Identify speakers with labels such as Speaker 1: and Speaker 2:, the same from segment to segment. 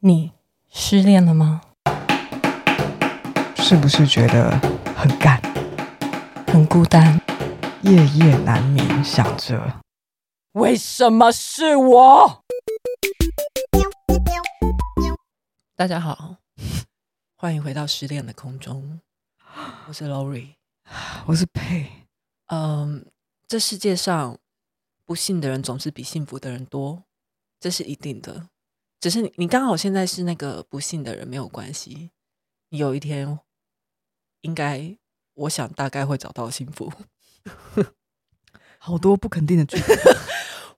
Speaker 1: 你失恋了吗？
Speaker 2: 是不是觉得很干，
Speaker 1: 很孤单，
Speaker 2: 夜夜难眠，想着
Speaker 1: 为什么是我？
Speaker 3: 大家好，欢迎回到失恋的空中，我是 Lori。
Speaker 2: 我是配，
Speaker 3: 嗯，这世界上不幸的人总是比幸福的人多，这是一定的。只是你，你刚好现在是那个不幸的人，没有关系。你有一天，应该，我想大概会找到幸福。
Speaker 2: 好多不肯定的句子，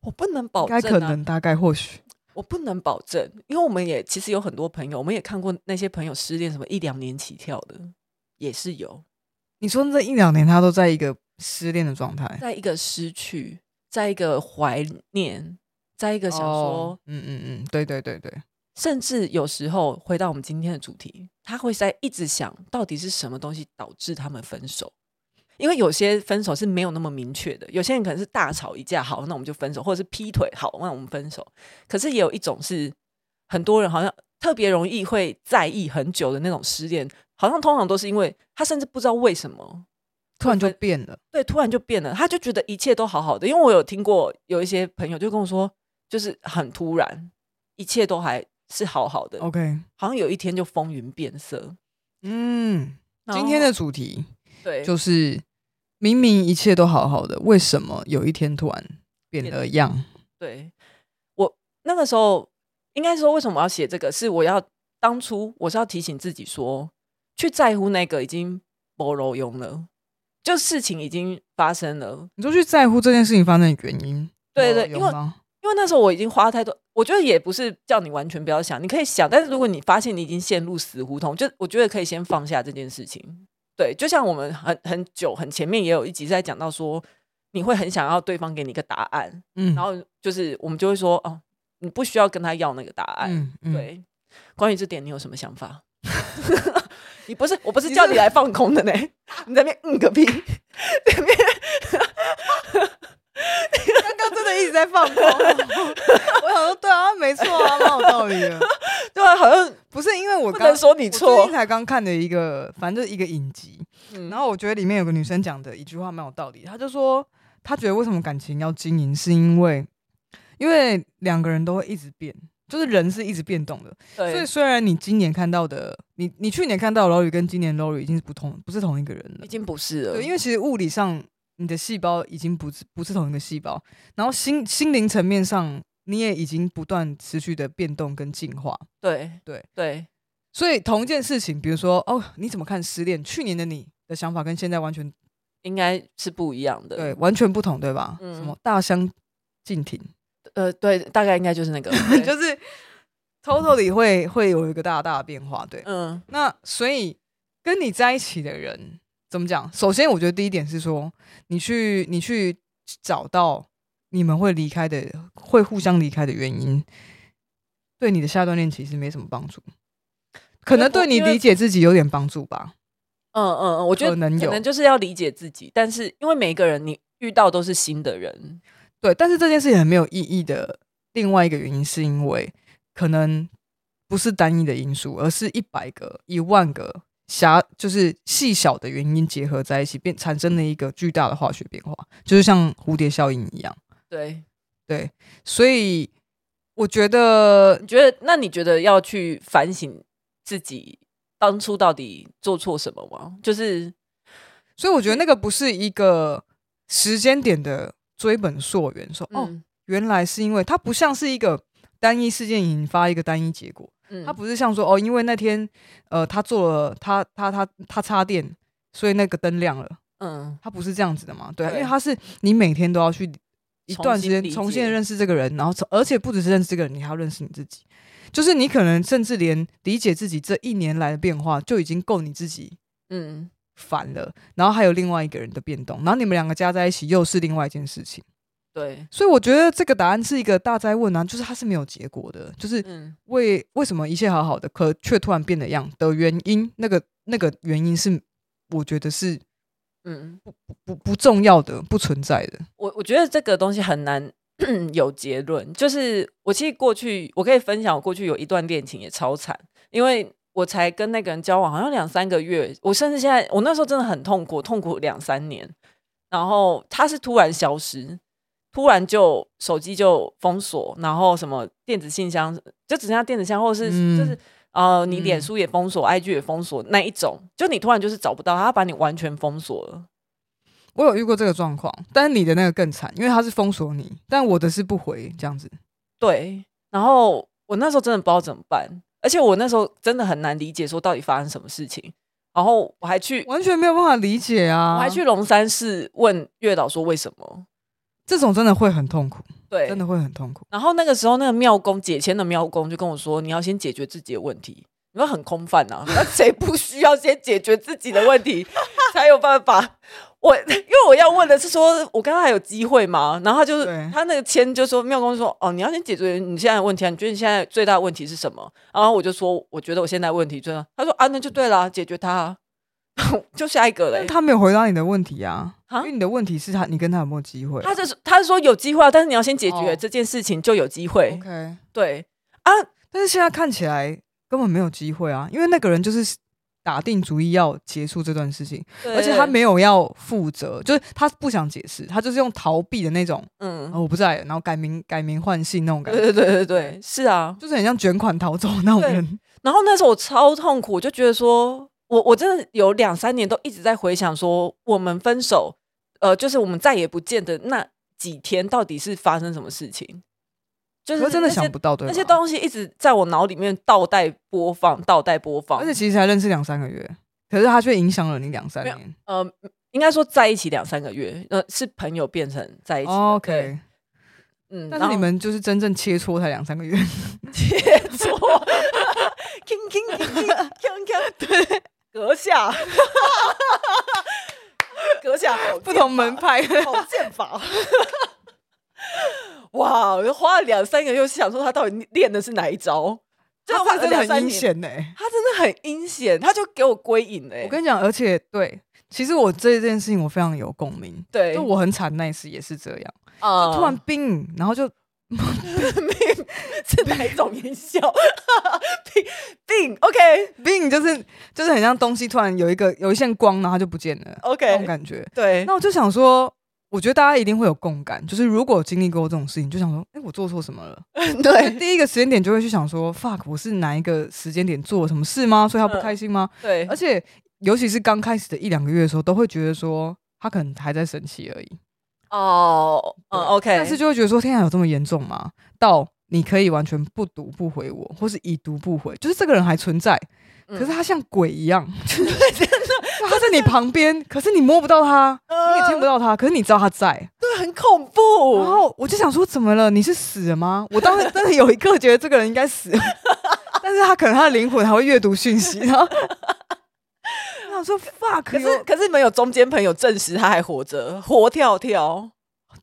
Speaker 3: 我不能
Speaker 2: 应
Speaker 3: 保证、啊，
Speaker 2: 该可能、大概、或许，
Speaker 3: 我不能保证，因为我们也其实有很多朋友，我们也看过那些朋友失恋，什么一两年起跳的，也是有。
Speaker 2: 你说这一两年他都在一个失恋的状态，
Speaker 3: 在一个失去，在一个怀念，在一个想说，
Speaker 2: 哦嗯嗯嗯，对对对对，
Speaker 3: 甚至有时候回到我们今天的主题，他会在一直想到底是什么东西导致他们分手。因为有些分手是没有那么明确的，有些人可能是大吵一架，好，那我们就分手，或者是劈腿，好，那我们分手。可是也有一种是很多人好像特别容易会在意很久的那种失恋，好像通常都是因为他甚至不知道为什么
Speaker 2: 突然就变了，
Speaker 3: 对，突然就变了，他就觉得一切都好好的。因为我有听过有一些朋友就跟我说，就是很突然，一切都还是好好的，
Speaker 2: OK，
Speaker 3: 好像有一天就风云变色。
Speaker 2: 嗯，
Speaker 3: 然
Speaker 2: 今天
Speaker 3: 后
Speaker 2: 的主题
Speaker 3: 对，
Speaker 2: 就是明明一切都好好的，为什么有一天突然变了样？
Speaker 3: 对我那个时候应该说，为什么我要写这个？是我要当初我是要提醒自己说，去在乎那个已经不柔用了，就事情已经发生了。
Speaker 2: 你就去在乎这件事情发生的原因，
Speaker 3: 对对
Speaker 2: 有
Speaker 3: 因为
Speaker 2: 吗
Speaker 3: 因为那时候我已经花太多，我觉得也不是叫你完全不要想，你可以想，但是如果你发现你已经陷入死胡同，就我觉得可以先放下这件事情。对，就像我们很很久很前面也有一集在讲到说，你会很想要对方给你一个答案，
Speaker 2: 嗯，
Speaker 3: 然后就是我们就会说，哦，你不需要跟他要那个答案。
Speaker 2: 嗯，嗯，
Speaker 3: 对，关于这点你有什么想法？ 你不是，我不是叫你来放空的呢，你在那边嗯个屁，
Speaker 2: 刚刚真的一直在放 空，我想说对啊，没错啊，蛮有道理的。
Speaker 3: 对啊，好像
Speaker 2: 不是因为我
Speaker 3: 不
Speaker 2: 刚
Speaker 3: 能说你
Speaker 2: 我最
Speaker 3: 错
Speaker 2: 近。才刚看的一个，反正就是一个影集，
Speaker 3: 嗯
Speaker 2: 然后我觉得里面有个女生讲的一句话蛮有道理，她就说她觉得为什么感情要经营，是因为因为两个人都会一直变，就是人是一直变动的，
Speaker 3: 对
Speaker 2: 所以虽然你今年看到的，你你去年看到的 Lori 跟今年 Lori 已经是不同，不是同一个人了
Speaker 3: 已，经不是了，
Speaker 2: 对，因为其实物理上你的细胞已经不是不是同一个细胞，然后心心灵层面上你也已经不断持续的变动跟进化，
Speaker 3: 对
Speaker 2: 对
Speaker 3: 对
Speaker 2: 所以同一件事情，比如说哦，你怎么看失恋？去年的你的想法跟现在完全
Speaker 3: 应该是不一样的。
Speaker 2: 对，完全不同，对吧？
Speaker 3: 嗯
Speaker 2: 什么大相径庭，
Speaker 3: 呃，对，大概应该就是那 个，对
Speaker 2: 就是 totally 会会有一个大大的变化，对。
Speaker 3: 嗯
Speaker 2: 那所以跟你在一起的人怎么讲？首先，我觉得第一点是说，你去你去找到你们会离开的，会互相离开的原因，对你的下一段恋情是没什么帮助，可能对你
Speaker 3: 因为
Speaker 2: 理解自己有点帮助吧。
Speaker 3: 嗯嗯嗯，我觉得
Speaker 2: 可能有
Speaker 3: 就是要理解自己，但是因为每一个人你遇到都是新的人，
Speaker 2: 对，但是这件事情很没有意义的另外一个原因，是因为可能不是单一的因素，而是一百个、一万个狭，就是细小的原因结合在一起，变产生了一个巨大的化学变化，就是像蝴蝶效应一样。
Speaker 3: 对，
Speaker 2: 对，所以我觉得
Speaker 3: 你觉得那你觉得要去反省自己当初到底做错什么吗？就是
Speaker 2: 所以我觉得那个不是一个时间点的追本溯源，说哦，
Speaker 3: 嗯
Speaker 2: 原来是因为它不像是一个单一事件引发一个单一结果。
Speaker 3: 嗯
Speaker 2: 他不是像说哦，因为那天呃，他做了他他他他插电，所以那个灯亮了，
Speaker 3: 嗯
Speaker 2: 他不是这样子的嘛？对啊，
Speaker 3: 对
Speaker 2: 因为他是你每天都要去一
Speaker 3: 重
Speaker 2: 段时
Speaker 3: 新
Speaker 2: 间
Speaker 3: 理
Speaker 2: 重
Speaker 3: 解
Speaker 2: 新认识这个人，然后从而且不只是认识这个人，你还要认识你自己，就是你可能甚至连理解自己这一年来的变化就已经够你自己
Speaker 3: 嗯
Speaker 2: 烦了，然后还有另外一个人的变动，然后你们两个加在一起又是另外一件事情，
Speaker 3: 对
Speaker 2: 所以我觉得这个答案是一个大灾问啊，就是它是没有结果的，就是
Speaker 3: 嗯
Speaker 2: 为为什么一切好好的，可却突然变了样的原因，那个那个原因是我觉得是
Speaker 3: 嗯，
Speaker 2: 不不不重要的、不存在的。
Speaker 3: 我我觉得这个东西很难 有结论，就是我其实过去我可以分享，我过去有一段恋情也超惨，因为我才跟那个人交往好像两三个月，我甚至现在我那时候真的很痛苦，痛苦两三年，然后他是突然消失，突然就手机就封锁，然后什么电子信箱就只剩下电子信箱，或者是、
Speaker 2: 嗯
Speaker 3: 就是呃，你脸
Speaker 2: 嗯
Speaker 3: 书也封锁、i g 也封锁那一种，就你突然就是找不到他，他把你完全封锁了。
Speaker 2: 我有遇过这个状况，但是你的那个更惨，因为他是封锁你，但我的是不回这样子。
Speaker 3: 对，然后我那时候真的不知道怎么办，而且我那时候真的很难理解说到底发生什么事情，然后我还去。
Speaker 2: 完全没有办法理解啊！
Speaker 3: 我还去龙山寺问月老说为什么？
Speaker 2: 这种真的会很痛苦，
Speaker 3: 对
Speaker 2: 真，的会很痛苦。
Speaker 3: 然后那个时候那个庙公解签的庙公就跟我说，你要先解决自己的问题，你们很空泛呐、 那谁不需要先解决自己的问 题才有办法？我因为我要问的是说，我刚刚还有机会吗？然后他就是
Speaker 2: 对
Speaker 3: 他那个签就说庙公就说哦，你要先解决你现在的问题啊，你觉得你现在最大的问题是什么？然后我就说，我觉得我现在问题最大，他说啊，那就对啦，解决它、啊， 就下一个嘞
Speaker 2: 但。他没有回答你的问题啊，
Speaker 3: 啊
Speaker 2: 因为你的问题是他，你跟他有没有机会啊
Speaker 3: 他就是他是说有机会啊，但是你要先解决
Speaker 2: 哦
Speaker 3: 这件事情就有机会。
Speaker 2: ？OK，
Speaker 3: 对，
Speaker 2: 但是现在看起来根本没有机会啊，因为那个人就是打定主意要结束这段事情，而且他
Speaker 3: 对
Speaker 2: 没有要负责，就是他不想解释，他就是用逃避的那种，
Speaker 3: 嗯
Speaker 2: 哦，我不在了，然后改名改名换姓那种感觉，
Speaker 3: 对对对对对，是啊。
Speaker 2: 就是很像卷款逃走那种
Speaker 3: 对
Speaker 2: 人。
Speaker 3: 然后那时候我超痛苦，我就觉得说，我我真的有两三年都一直在回想说，我们分手，呃，就是我们再也不见的那几天，到底是发生什么事情？就
Speaker 2: 可
Speaker 3: 是
Speaker 2: 是真的
Speaker 3: 那些
Speaker 2: 想不到，对吧
Speaker 3: 那些东西一直在我脑里面倒带播放，倒带播放，
Speaker 2: 而且其实才认识两三个月，可是他却影响了你两三
Speaker 3: 没有
Speaker 2: 年。
Speaker 3: 呃，应该说在一起两三个月，呃，是朋友变成在一起的。
Speaker 2: 哦
Speaker 3: 对
Speaker 2: OK，
Speaker 3: 嗯，然
Speaker 2: 但是
Speaker 3: 后
Speaker 2: 你们就是真正切磋才两三 个月，
Speaker 3: 切磋， 铿铿铿铿 锵锵，对，阁下， 阁下好，
Speaker 2: 不同门，派。
Speaker 3: 好剑法。哇！我花了两三个月，想说他到底练的是哪一 招？这
Speaker 2: 他
Speaker 3: 啊花了
Speaker 2: 真
Speaker 3: 两
Speaker 2: 的
Speaker 3: 三
Speaker 2: 很阴
Speaker 3: 年，
Speaker 2: 险呢、
Speaker 3: 他真的很阴险，他就给我归隐哎、
Speaker 2: 我跟你讲，而且对，其实我这件事情我非常有共鸣。
Speaker 3: 对，
Speaker 2: 就我很惨那一次也是这样，
Speaker 3: 啊
Speaker 2: 突然冰，然后就
Speaker 3: 病是哪一种音效？ 病病，OK
Speaker 2: 冰，就是就是很像东西突然有一个有一线光，然后它就不见了那种
Speaker 3: 哦 OK，
Speaker 2: 感觉。
Speaker 3: 对
Speaker 2: 那我就想说，我觉得大家一定会有共感，就是如果有经历过这种事情，就想说，哎、我做错什么了？
Speaker 3: 对
Speaker 2: 第一个时间点就会去想说，fuck，我是哪一个时间点做了什么事吗？所以他不开心吗？
Speaker 3: 嗯对，
Speaker 2: 而且尤其是刚开始的一两个月的时候，都会觉得说他可能还在生气而已，
Speaker 3: 哦，嗯
Speaker 2: 对
Speaker 3: ，OK，
Speaker 2: 但是就会觉得说天啊，有这么严重吗？到你可以完全不读不回我，或是已读不回，就是这个人还存在，
Speaker 3: 嗯
Speaker 2: 可是他像鬼一样，他在你旁边，可是你摸不到他，
Speaker 3: 呃
Speaker 2: 你也听不到他，可是你知道他在。
Speaker 3: 对，很恐
Speaker 2: 然
Speaker 3: 怖。
Speaker 2: 后我就想说，怎么了？你是死了吗？我当时真 的有一刻觉得这个人应该死 了，但是他可能他的灵魂还会阅读讯息，然后我想说 fuck，
Speaker 3: 可
Speaker 2: 有
Speaker 3: 是可是你们有中间朋友证实他还活着，活跳跳。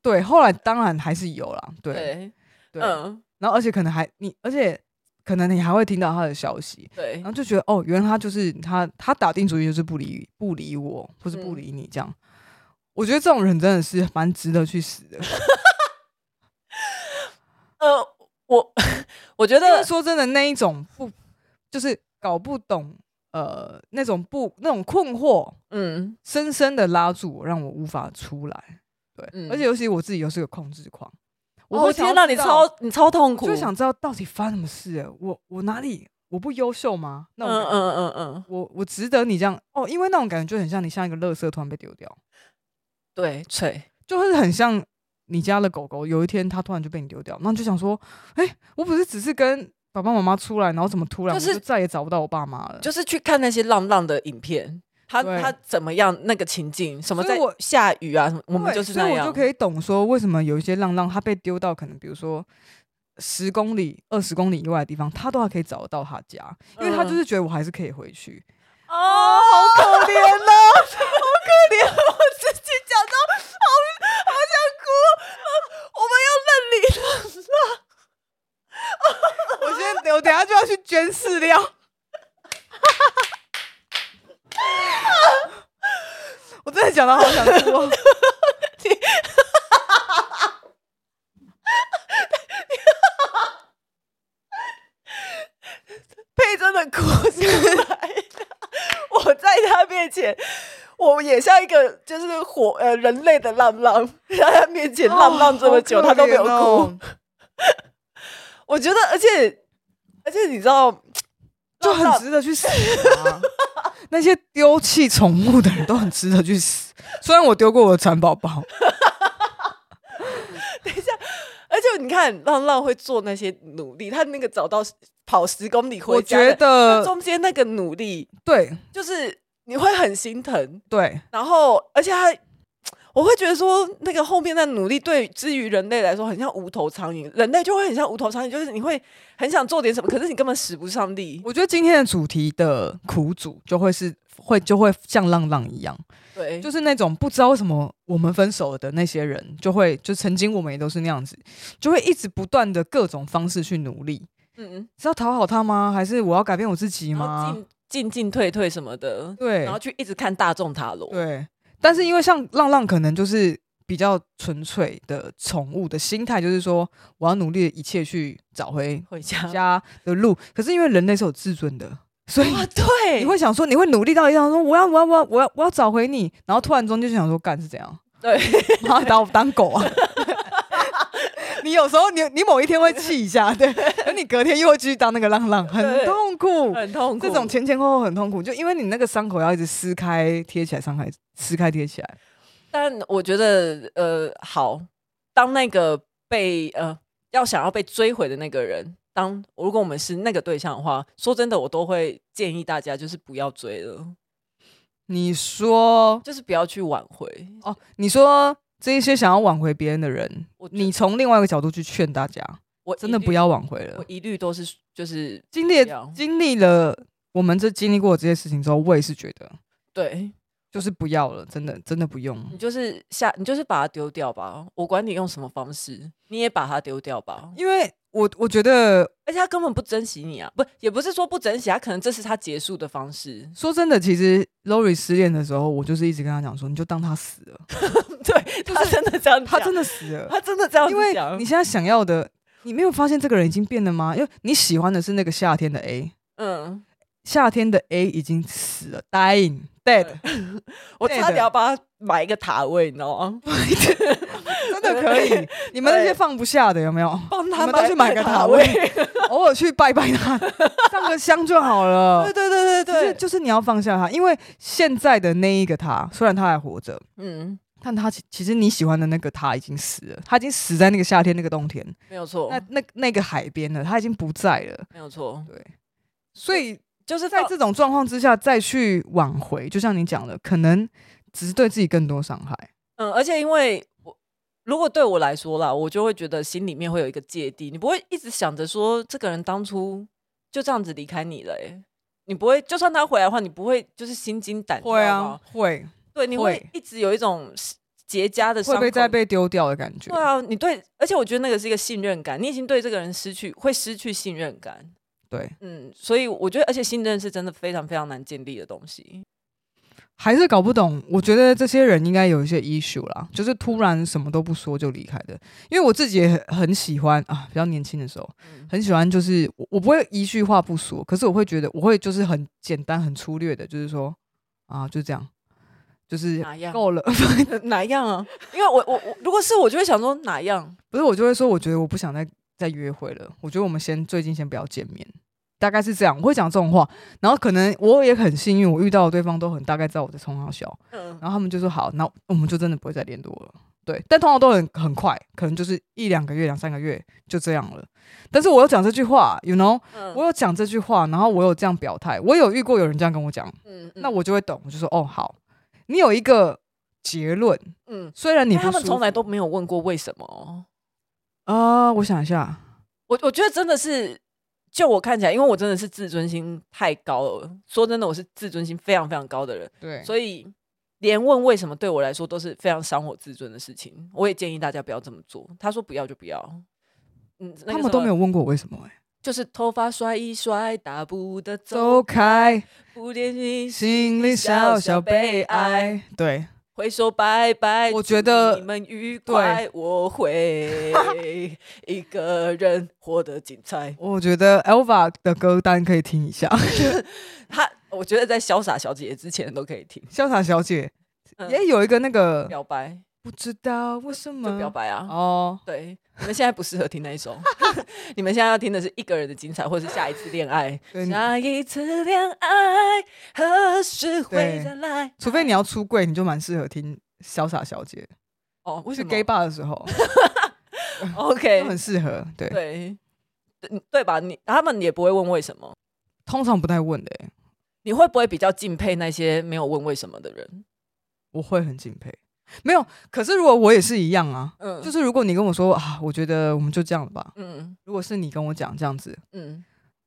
Speaker 2: 对，后来当然还是有啦，对对。
Speaker 3: 对，嗯，
Speaker 2: 然后而且可能还你，而且可能你还会听到他的消息，
Speaker 3: 对
Speaker 2: 然后，就觉得哦，原来他就是他，他打定主意就是不理不理我，或是不
Speaker 3: 嗯
Speaker 2: 理你这样。我觉得这种人真的是蛮值得去死 的。
Speaker 3: 呃，我我觉
Speaker 2: 因为
Speaker 3: 得
Speaker 2: 说真的，那一种不就是搞不懂呃那种不那种困惑，
Speaker 3: 嗯，
Speaker 2: 深深的拉住我，让我无法出来。对，
Speaker 3: 嗯
Speaker 2: 而且尤其我自己又是个控制狂，
Speaker 3: 我
Speaker 2: 会想要
Speaker 3: 哦天哪，
Speaker 2: 知
Speaker 3: 你
Speaker 2: 道
Speaker 3: 超你超痛苦，
Speaker 2: 就想知道到底发生什么事了，我我哪里我不优秀吗？那
Speaker 3: 嗯，
Speaker 2: 种
Speaker 3: 嗯
Speaker 2: 感觉、
Speaker 3: 嗯嗯嗯，
Speaker 2: 我我值得你这样哦，因为那种感觉就很像你像一个垃圾突然被丢掉，
Speaker 3: 对，脆，
Speaker 2: 就会很像你家的狗狗有一天它突然就被你丢掉，那你就想说，哎、我不是只是跟爸爸妈妈出来，然后怎么突然
Speaker 3: 就是
Speaker 2: 我就再也找不到我爸妈了？
Speaker 3: 就是去看那些浪浪的影片。他
Speaker 2: 对
Speaker 3: 他怎么样？那个情境，什么
Speaker 2: 所以
Speaker 3: 在
Speaker 2: 我
Speaker 3: 下雨啊？什么我们
Speaker 2: 对
Speaker 3: 就是
Speaker 2: 所
Speaker 3: 那
Speaker 2: 以
Speaker 3: 样。
Speaker 2: 我就可以懂说为什么有一些浪浪它被丢到可能比如说。十公里、二十公里以外的地方，它都还可以找得到他家，因为他就
Speaker 3: 嗯
Speaker 2: 是觉得我还是可以回去。
Speaker 3: 哦，好
Speaker 2: 啊
Speaker 3: 可怜呐、好可怜！ 我自己讲到好好想哭，啊我们要认领了。
Speaker 2: 我现在我等一下就要去捐饲料。 我真的讲的好想哭哦，
Speaker 3: 妹真的哭出来了。我在她面前，我也像一个就是火呃人类的浪浪，在她面前浪浪这么久，她、都没有哭。
Speaker 2: 哦，
Speaker 3: 我觉得，而且而且你知道，
Speaker 2: 就很值得去死、啊。那些丢弃宠物的人都很值得去死。虽然我丢过我的蚕宝宝，
Speaker 3: 而且你看浪浪会做那些努力，他那个找到跑十公里回
Speaker 2: 我
Speaker 3: 家的，
Speaker 2: 觉得
Speaker 3: 中间那个努力，
Speaker 2: 对
Speaker 3: 就是你会很心疼，
Speaker 2: 对，
Speaker 3: 然后而且他。我会觉得说，那个后面的努力对之于人类来说，很像无头苍蝇。人类就会很像无头苍蝇，就是你会很想做点什么，可是你根本使不上力。
Speaker 2: 我觉得今天的主题的苦主就会是会就会像浪浪一样，
Speaker 3: 对，
Speaker 2: 就是那种不知道为什么我们分手了的那些人，就会就曾经我们也都是那样子，就会一直不断的各种方式去努力，
Speaker 3: 嗯
Speaker 2: 是要讨好他吗？还是我要改变我自己
Speaker 3: 嗯，然后
Speaker 2: 吗？
Speaker 3: 进进进退退什么的，
Speaker 2: 对
Speaker 3: 然后去一直看大众塔罗，
Speaker 2: 对，但是因为像浪浪可能就是比较纯粹的宠物的心态，就是说我要努力的一切去找回
Speaker 3: 回家。
Speaker 2: 家的路。可是因为人类是有自尊的，所以
Speaker 3: 哇，啊对，
Speaker 2: 你会想说，你会努力到一样，说我要我要我要我要我要找回你，然后突然中间就想说干是怎样？
Speaker 3: 对，
Speaker 2: 妈把我当狗啊！ 你有时候你你某一天会气一下，对，而你隔天又会继续当那个浪浪，很
Speaker 3: 对
Speaker 2: 痛苦。
Speaker 3: 很痛苦。
Speaker 2: 这种前前后后很痛苦，就因为你那个伤口要一直撕开贴起来，伤害撕开贴起来。
Speaker 3: 但我觉得，呃，好，当那个被呃要想要被追回的那个人，当如果我们是那个对象的话，说真的，我都会建议大家就是不要追了，
Speaker 2: 你说
Speaker 3: 就是不要去挽回。
Speaker 2: 哦，你说这一些想要挽回别人的人
Speaker 3: 我，觉得
Speaker 2: 你从另外一个角度去劝大家，
Speaker 3: 我
Speaker 2: 真
Speaker 3: 一
Speaker 2: 的
Speaker 3: 律
Speaker 2: 不，要挽回
Speaker 3: 我
Speaker 2: 了。
Speaker 3: 一律都是就是
Speaker 2: 经历
Speaker 3: 不要
Speaker 2: 经历了我们这经历过这些事情之后，我也是觉得
Speaker 3: 对
Speaker 2: 就是不要了，真的真的不用。
Speaker 3: 你就是下你就是把它丢掉吧，我管你用什么方式，你也把它丢掉吧。
Speaker 2: 因为我我觉得
Speaker 3: 而且他根本不珍惜你啊，不也不是说不珍惜，他可能这是他结束的方式。
Speaker 2: 说真的，其实 Lori 失恋的时候，我就是一直跟他讲说，你就当他死了，
Speaker 3: 对，他真的这样讲，
Speaker 2: 他真的死了，
Speaker 3: 他真的这样
Speaker 2: 因
Speaker 3: 子
Speaker 2: 为
Speaker 3: 讲
Speaker 2: 你现在想要的，你没有发现这个人已经变了吗？因为你喜欢的是那个夏天的 A，
Speaker 3: 嗯，
Speaker 2: 夏天的 A 已经死了，dying dead，
Speaker 3: 我
Speaker 2: 对
Speaker 3: 差点
Speaker 2: 的
Speaker 3: 要帮他买一个塔位，你知道 吗？
Speaker 2: 真的可以。你们那些放不下的有没有？
Speaker 3: 帮
Speaker 2: 你
Speaker 3: 他
Speaker 2: 们都去买个塔位， 偶尔去拜拜他，上个香就好了
Speaker 3: 对。对对对
Speaker 2: 哦就是
Speaker 3: 对，
Speaker 2: 就是你要放下他，因为现在的那一个他，虽然他还活着，
Speaker 3: 嗯，
Speaker 2: 但他其其实你喜欢的那个他已经死了，他已经死在那个夏天、那个冬天、
Speaker 3: 没有错
Speaker 2: 那，那那个海边了，他已经不在了。
Speaker 3: 没有错，
Speaker 2: 对，所以
Speaker 3: 就是
Speaker 2: 在
Speaker 3: 放
Speaker 2: 这种状况之下再去挽回，就像你讲的，可能只是对自己更多伤害。
Speaker 3: 嗯，而且因为我如果对我来说啦，我就会觉得心里面会有一个芥蒂，你不会一直想着说这个人当初就这样子离开你了、欸，你不会，就算他回来的话，你不会就是心惊胆跳
Speaker 2: 会
Speaker 3: 吗
Speaker 2: 啊，，会
Speaker 3: 对，你
Speaker 2: 会
Speaker 3: 会一直有一种结痂的伤
Speaker 2: 会被
Speaker 3: 口
Speaker 2: 再被丢掉的感觉。
Speaker 3: 对啊，你对，而且我觉得那个是一个信任感，你已经对这个人失去，会失去信任感。
Speaker 2: 对，
Speaker 3: 嗯，所以我觉得，而且信任是真的非常非常难建立的东西。
Speaker 2: 还是搞不懂。我觉得这些人应该有一些 issue 啦，就是突然什么都不说就离开的。因为我自己也很很喜欢啊，比较年轻的时候
Speaker 3: 嗯
Speaker 2: 很喜欢，就是我我不会一句话不说，可是我会觉得我会就是很简单、很粗略的，就是说啊，就这样，就是
Speaker 3: 哪样？
Speaker 2: 够了。
Speaker 3: 哪样啊？因为我我我，如果是我就会想说哪样？
Speaker 2: 不是，我就会说，我觉得我不想再再约会了，我觉得我们先最近先不要见面，大概是这样，我会讲这种话。然后可能我也很幸运，我遇到的对方都很大概知道我在冲他笑，
Speaker 3: 嗯，
Speaker 2: 然后他们就说好，那我们就真的不会再联络了。对，但通常都很很快，可能就是一两个月、两三个月就这样了。但是我有讲这句话，you know，
Speaker 3: 嗯
Speaker 2: 我有讲这句话，然后我有这样表态，我有遇过有人这样跟我讲，
Speaker 3: 嗯，
Speaker 2: 那我就会懂，我就说哦好，你有一个结论，
Speaker 3: 嗯，
Speaker 2: 虽然你
Speaker 3: 因为他
Speaker 2: 不
Speaker 3: 们
Speaker 2: 舒
Speaker 3: 从来
Speaker 2: 服
Speaker 3: 都没有问过为什么哦。
Speaker 2: 啊、我想一下，
Speaker 3: 我我觉得真的是，就我看起来，因为我真的是自尊心太高了。说真的，我是自尊心非常非常高的人。
Speaker 2: 对
Speaker 3: 所以连问为什么对我来说都是非常伤我自尊的事情。我也建议大家不要这么做。他说不要就不要，嗯，那个
Speaker 2: 他
Speaker 3: 什
Speaker 2: 们都
Speaker 3: 么
Speaker 2: 没有，问过我为什么、欸，
Speaker 3: 就是头发甩一甩，打不得走，
Speaker 2: 走开，
Speaker 3: 不联系。
Speaker 2: 心里小小悲哀。对，
Speaker 3: 挥手拜拜。
Speaker 2: 我
Speaker 3: 祝
Speaker 2: 觉得
Speaker 3: 你们愉快，我会一个人活得精彩。
Speaker 2: 我觉得 Elva 的歌单可以听一下， 《
Speaker 3: 他，我觉得在潇洒小姐之前都可以听
Speaker 2: 潇洒小姐》
Speaker 3: 嗯
Speaker 2: 也有一个那个
Speaker 3: 表白，
Speaker 2: 不知道为什么
Speaker 3: 就表白啊。
Speaker 2: 嗯哦，
Speaker 3: 对，你们现在不适合听那一首， 你们现在要听的是一个人的精彩，或是下一次恋爱。
Speaker 2: 对
Speaker 3: 下一次恋爱何时会
Speaker 2: 对
Speaker 3: 再来？
Speaker 2: 除非你要出柜，你就蛮适合听《潇洒小姐
Speaker 3: 哦，》，为
Speaker 2: 去
Speaker 3: 什么
Speaker 2: gay bar 的时候
Speaker 3: OK，
Speaker 2: 就很适合。对，
Speaker 3: 对，对对吧？你他们也不会问为什么，
Speaker 2: 通常不太问的欸，
Speaker 3: 你会不会比较敬佩那些没有问为什么的人？
Speaker 2: 我会很敬佩。没有，可是如果我也是一样啊，
Speaker 3: 嗯，
Speaker 2: 就是是如果你跟我说啊，我觉得我们就这样吧。
Speaker 3: 嗯
Speaker 2: 如果是你跟我讲这样子，
Speaker 3: 嗯，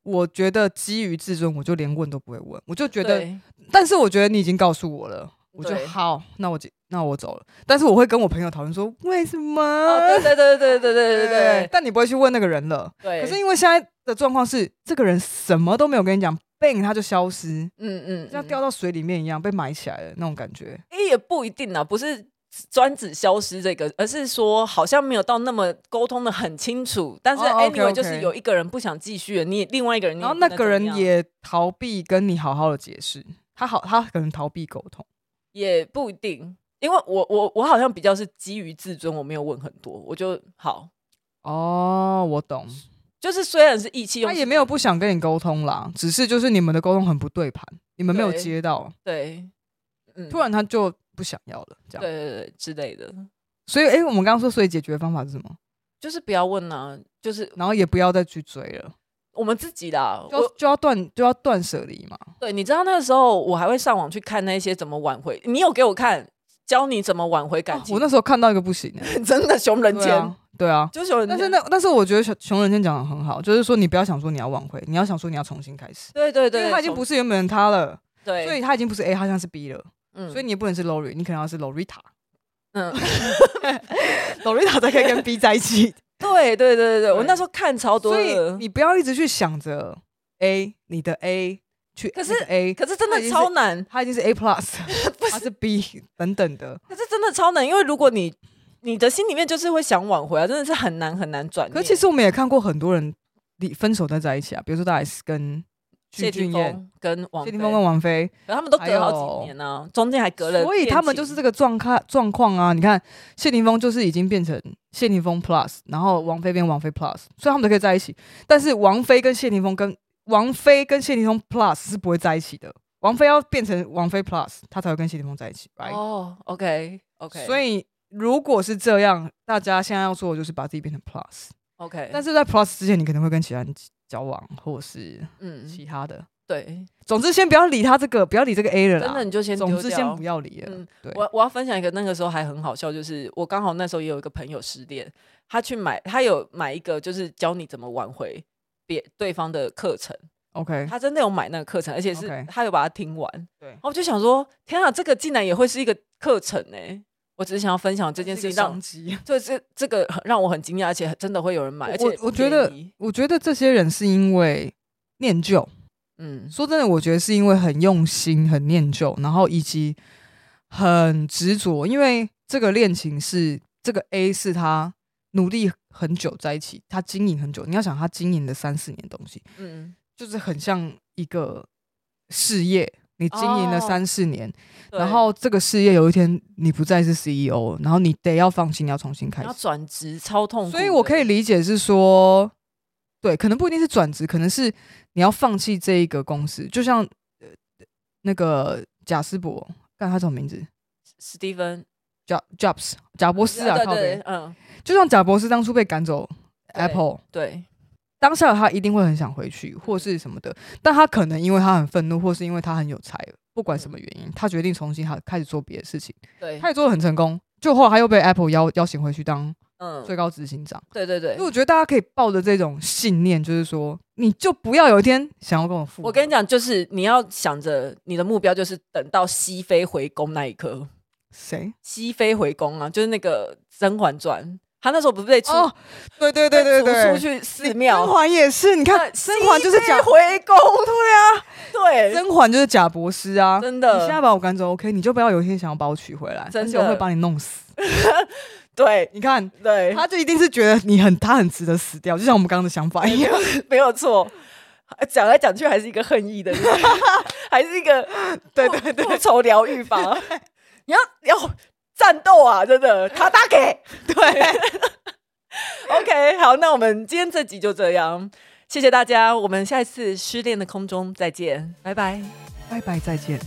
Speaker 2: 我觉得基于自尊，我就连问都不会问，我就觉得。
Speaker 3: 对
Speaker 2: 但是我觉得你已经告诉我了，我就
Speaker 3: 对
Speaker 2: 好，那我就那我走了。但是我会跟我朋友讨论说为什么？
Speaker 3: 哦，对对对对对对对对
Speaker 2: 但你不会去问那个人了。
Speaker 3: 对，
Speaker 2: 可是因为现在的状况是，这个人什么都没有跟你讲，bang 他就消失，
Speaker 3: 嗯嗯，
Speaker 2: 像掉到水里面一样被埋起来了那种感觉。
Speaker 3: 诶也不一定啊，不是专指消失这个，而是说好像没有到那么沟通的很清楚。但是
Speaker 2: 哦
Speaker 3: anyway，、
Speaker 2: ，OK，OK
Speaker 3: 就是有一个人不想继续了，你也另外一个人你也
Speaker 2: 然后
Speaker 3: 不
Speaker 2: 那
Speaker 3: 能怎
Speaker 2: 个
Speaker 3: 么样，
Speaker 2: 人也逃避跟你好好的解释，他好，他可能逃避沟通。
Speaker 3: 也不一定，因为我我我好像比较是基于自尊，我没有问很多，我就好。
Speaker 2: 哦，我懂，
Speaker 3: 就是虽然是意气用
Speaker 2: 他
Speaker 3: 事，
Speaker 2: 也没有不想跟你沟通啦，只是就是你们的沟通很不对盘，你们没有
Speaker 3: 对
Speaker 2: 接到，
Speaker 3: 对，嗯
Speaker 2: 突然他就不想要了，这
Speaker 3: 对
Speaker 2: 样。
Speaker 3: 对对之类的，
Speaker 2: 所以，哎、我们刚刚说，所以解决方法是什么？
Speaker 3: 就是不要问啊，就是
Speaker 2: 然后也不要再去追了，
Speaker 3: 我们自己啦。
Speaker 2: 就要
Speaker 3: 我
Speaker 2: 就要断就要断舍离嘛。
Speaker 3: 对，你知道那个时候我还会上网去看那些怎么挽回，你有给我看教你怎么挽回感
Speaker 2: 哦
Speaker 3: 情，
Speaker 2: 我那时候看到一个不行、欸，
Speaker 3: 真的熊人
Speaker 2: 对
Speaker 3: 间，
Speaker 2: 啊，对啊，
Speaker 3: 就是有人，
Speaker 2: 但是那但是我觉得熊熊仁谦讲的很好，就是说你不要想说你要挽回，你要想说你要重新开始，
Speaker 3: 对对
Speaker 2: 因
Speaker 3: 对，
Speaker 2: 为他已经
Speaker 3: 从
Speaker 2: 不是原本的他了，
Speaker 3: 对，
Speaker 2: 所以他已经不是 A，他现在是 B 了，
Speaker 3: 嗯
Speaker 2: 所以你也不能是 Lori，你可能要 是 Lorita，Lorita
Speaker 3: 嗯，
Speaker 2: 才可以跟 B 在一起。
Speaker 3: 对对对对对，我
Speaker 2: 对
Speaker 3: 那时候看超多
Speaker 2: 所以
Speaker 3: 的，
Speaker 2: 你不要一直去想着 A，你的 A 去，
Speaker 3: 可是
Speaker 2: 你的 A，
Speaker 3: 可是真
Speaker 2: 他已
Speaker 3: 的
Speaker 2: 经是
Speaker 3: 超难，
Speaker 2: 他已经是 A plus，他是 B 等等的。
Speaker 3: 可是真的超难，因为如果你你的心里面就是会想挽回啊，真的是很难很难转念。
Speaker 2: 可是其实我们也看过很多人离分手再在一起啊，比如说大 S 跟
Speaker 3: 谢
Speaker 2: 具
Speaker 3: 霆
Speaker 2: 俊彦、
Speaker 3: 锋跟王菲，
Speaker 2: 谢霆锋跟王菲，
Speaker 3: 可他们都
Speaker 2: 还
Speaker 3: 隔
Speaker 2: 有
Speaker 3: 好几年呢、啊，中间还隔了，
Speaker 2: 哎所以他们就是这个状态状况啊。你看谢霆锋就是已经变成谢霆锋 Plus，然后王菲变王菲 Plus，所以他们都可以在一起。但是王菲跟谢霆锋跟王菲跟谢霆锋 Plus 是不会在一起的。王菲要变成王菲 Plus，她才会跟谢霆锋在一起，right？、
Speaker 3: 哦，OK OK，
Speaker 2: 所以如果是这样，大家现在要做的就是把自己变成 Plus，
Speaker 3: OK，
Speaker 2: 但是在 Plus 之前，你可能会跟其他人交往，或者是
Speaker 3: 嗯
Speaker 2: 其他的。
Speaker 3: 对，
Speaker 2: 总之，先不要理他这个，不要理这个 A 了
Speaker 3: 真的
Speaker 2: 啦。
Speaker 3: 你就先
Speaker 2: 总
Speaker 3: 丢
Speaker 2: 之，先
Speaker 3: 掉
Speaker 2: 不。要理了。
Speaker 3: 嗯
Speaker 2: 对，
Speaker 3: 我我要分享一个那个时候还很好笑，就是我刚好那时候也有一个朋友失恋，他去买他有买一个就是教你怎么挽回别对方的课程，
Speaker 2: OK，
Speaker 3: 他真的有买那个课程，而且是
Speaker 2: OK
Speaker 3: 他有把它听完。
Speaker 2: 对
Speaker 3: 然后我就想说，天啊，这个竟然也会是一个课程哎、我只是想要分享这件事情让，
Speaker 2: 机。
Speaker 3: 就这这个很让我很惊讶，而且真的会有人 买，而且
Speaker 2: 我我
Speaker 3: 不
Speaker 2: 觉
Speaker 3: 便
Speaker 2: 得
Speaker 3: 宜，
Speaker 2: 我觉得这些人是因为念旧。
Speaker 3: 嗯，
Speaker 2: 说真的，我觉得是因为很用心、很念旧，然后以及很执着，因为这个恋情是这个 A 是他努力很久在一起，他经营很久。你要想，他经营了三四年东西，
Speaker 3: 嗯，
Speaker 2: 就是很像一个事业。你经营了
Speaker 3: 哦
Speaker 2: 三四年，
Speaker 3: 对
Speaker 2: 然后这个事业有一天你不再是 CEO，了然后你得要放心，你要重新开
Speaker 3: 要
Speaker 2: 始。
Speaker 3: 转职超痛苦的，
Speaker 2: 所以我可以理解是说，对，可能不一定是转职，可能是你要放弃这一个公司，就像、呃、那个贾斯伯，干他什么名字
Speaker 3: 史蒂芬
Speaker 2: ？Job Jobs 贾博士啊，
Speaker 3: 对
Speaker 2: 靠
Speaker 3: 对
Speaker 2: 边。
Speaker 3: 嗯
Speaker 2: 就像贾博士当初被赶走
Speaker 3: 对
Speaker 2: Apple，
Speaker 3: 对
Speaker 2: 当下他一定会很想回去或是什么的，但他可能因为他很愤怒，或是因为他很有才，不管什么原因，他决定重新他开始做别的事情，
Speaker 3: 对，
Speaker 2: 他也做的很成功。就后来他又被 Apple 邀邀请回去当
Speaker 3: 嗯
Speaker 2: 最高执行长。
Speaker 3: 对对对
Speaker 2: 所以，我觉得大家可以抱着这种信念，就是说，你就不要有一天想要跟我复合。
Speaker 3: 我跟你讲，就是你要想着你的目标就是等到熹妃回宫那一刻，
Speaker 2: 谁？
Speaker 3: 熹妃回宫啊，就是那个《甄嬛传》，他那时候不是被出
Speaker 2: 哦，对对对对
Speaker 3: 被逐
Speaker 2: 对，
Speaker 3: 出去寺
Speaker 2: 甄
Speaker 3: 庙。
Speaker 2: 嬛也是，你看哎
Speaker 3: 对
Speaker 2: 甄嬛就是
Speaker 3: 熹妃
Speaker 2: 讲
Speaker 3: 回宫，对啊，对对，
Speaker 2: 甄嬛就是假博士啊，
Speaker 3: 真的
Speaker 2: 你现在把我赶走，OK，你就不要有一天想要把我娶回来，
Speaker 3: 真的
Speaker 2: 而且我会把你弄死。
Speaker 3: 对
Speaker 2: 你看，
Speaker 3: 对，
Speaker 2: 他就一定是觉得你很他很值得死掉，就像我们刚刚的想法一样。
Speaker 3: 没有错。讲来讲去还是一个恨意的人， 还是一个对对对复仇疗愈法。 你要要战斗啊，真的，卡打给 对。OK，好，那我们今天这集就这样，谢谢大家，我们下一次失恋的空中再见，拜拜。
Speaker 2: 拜拜，再见。